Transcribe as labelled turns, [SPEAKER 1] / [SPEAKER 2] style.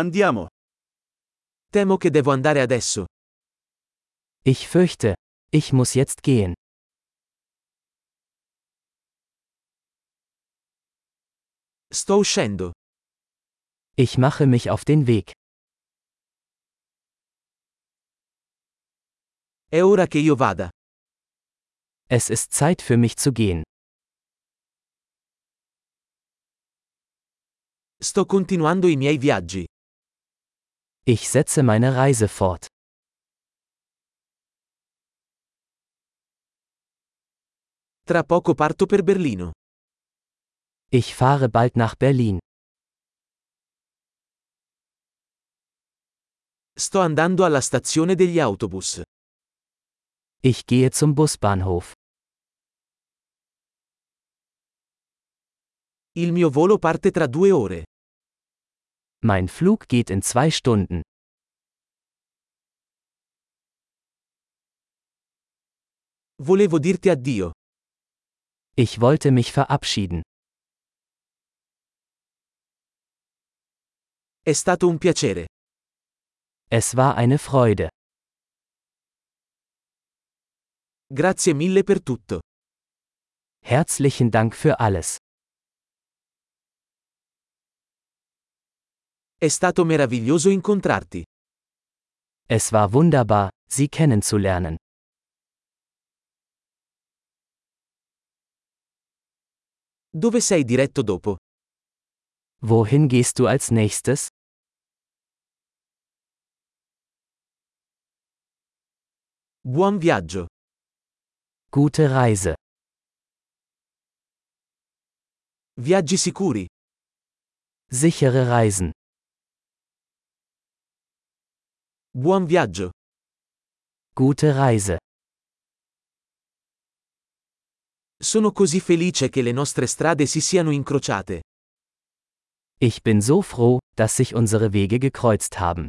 [SPEAKER 1] Andiamo. Temo che devo andare adesso.
[SPEAKER 2] Ich fürchte, ich muss jetzt gehen.
[SPEAKER 1] Sto uscendo.
[SPEAKER 2] Ich mache mich auf den Weg.
[SPEAKER 1] È ora che io vada.
[SPEAKER 2] Es ist Zeit für mich zu gehen.
[SPEAKER 1] Sto continuando i miei viaggi.
[SPEAKER 2] Ich setze meine Reise fort.
[SPEAKER 1] Tra poco parto per Berlino.
[SPEAKER 2] Ich fahre bald nach Berlin.
[SPEAKER 1] Sto andando alla stazione degli autobus.
[SPEAKER 2] Ich gehe zum Busbahnhof.
[SPEAKER 1] Il mio volo parte tra due ore.
[SPEAKER 2] Mein Flug geht in zwei Stunden.
[SPEAKER 1] Volevo dirti addio.
[SPEAKER 2] Ich wollte mich verabschieden.
[SPEAKER 1] È stato un piacere.
[SPEAKER 2] Es war eine Freude.
[SPEAKER 1] Grazie mille per tutto.
[SPEAKER 2] Herzlichen Dank für alles.
[SPEAKER 1] È stato meraviglioso incontrarti.
[SPEAKER 2] Es war wunderbar, Sie kennenzulernen.
[SPEAKER 1] Dove sei diretto dopo?
[SPEAKER 2] Wohin gehst du als nächstes?
[SPEAKER 1] Buon viaggio.
[SPEAKER 2] Gute Reise.
[SPEAKER 1] Viaggi sicuri.
[SPEAKER 2] Sichere Reisen.
[SPEAKER 1] Buon viaggio.
[SPEAKER 2] Gute Reise.
[SPEAKER 1] Sono così felice che le nostre strade si siano incrociate.
[SPEAKER 2] Ich bin so froh, dass sich unsere Wege gekreuzt haben.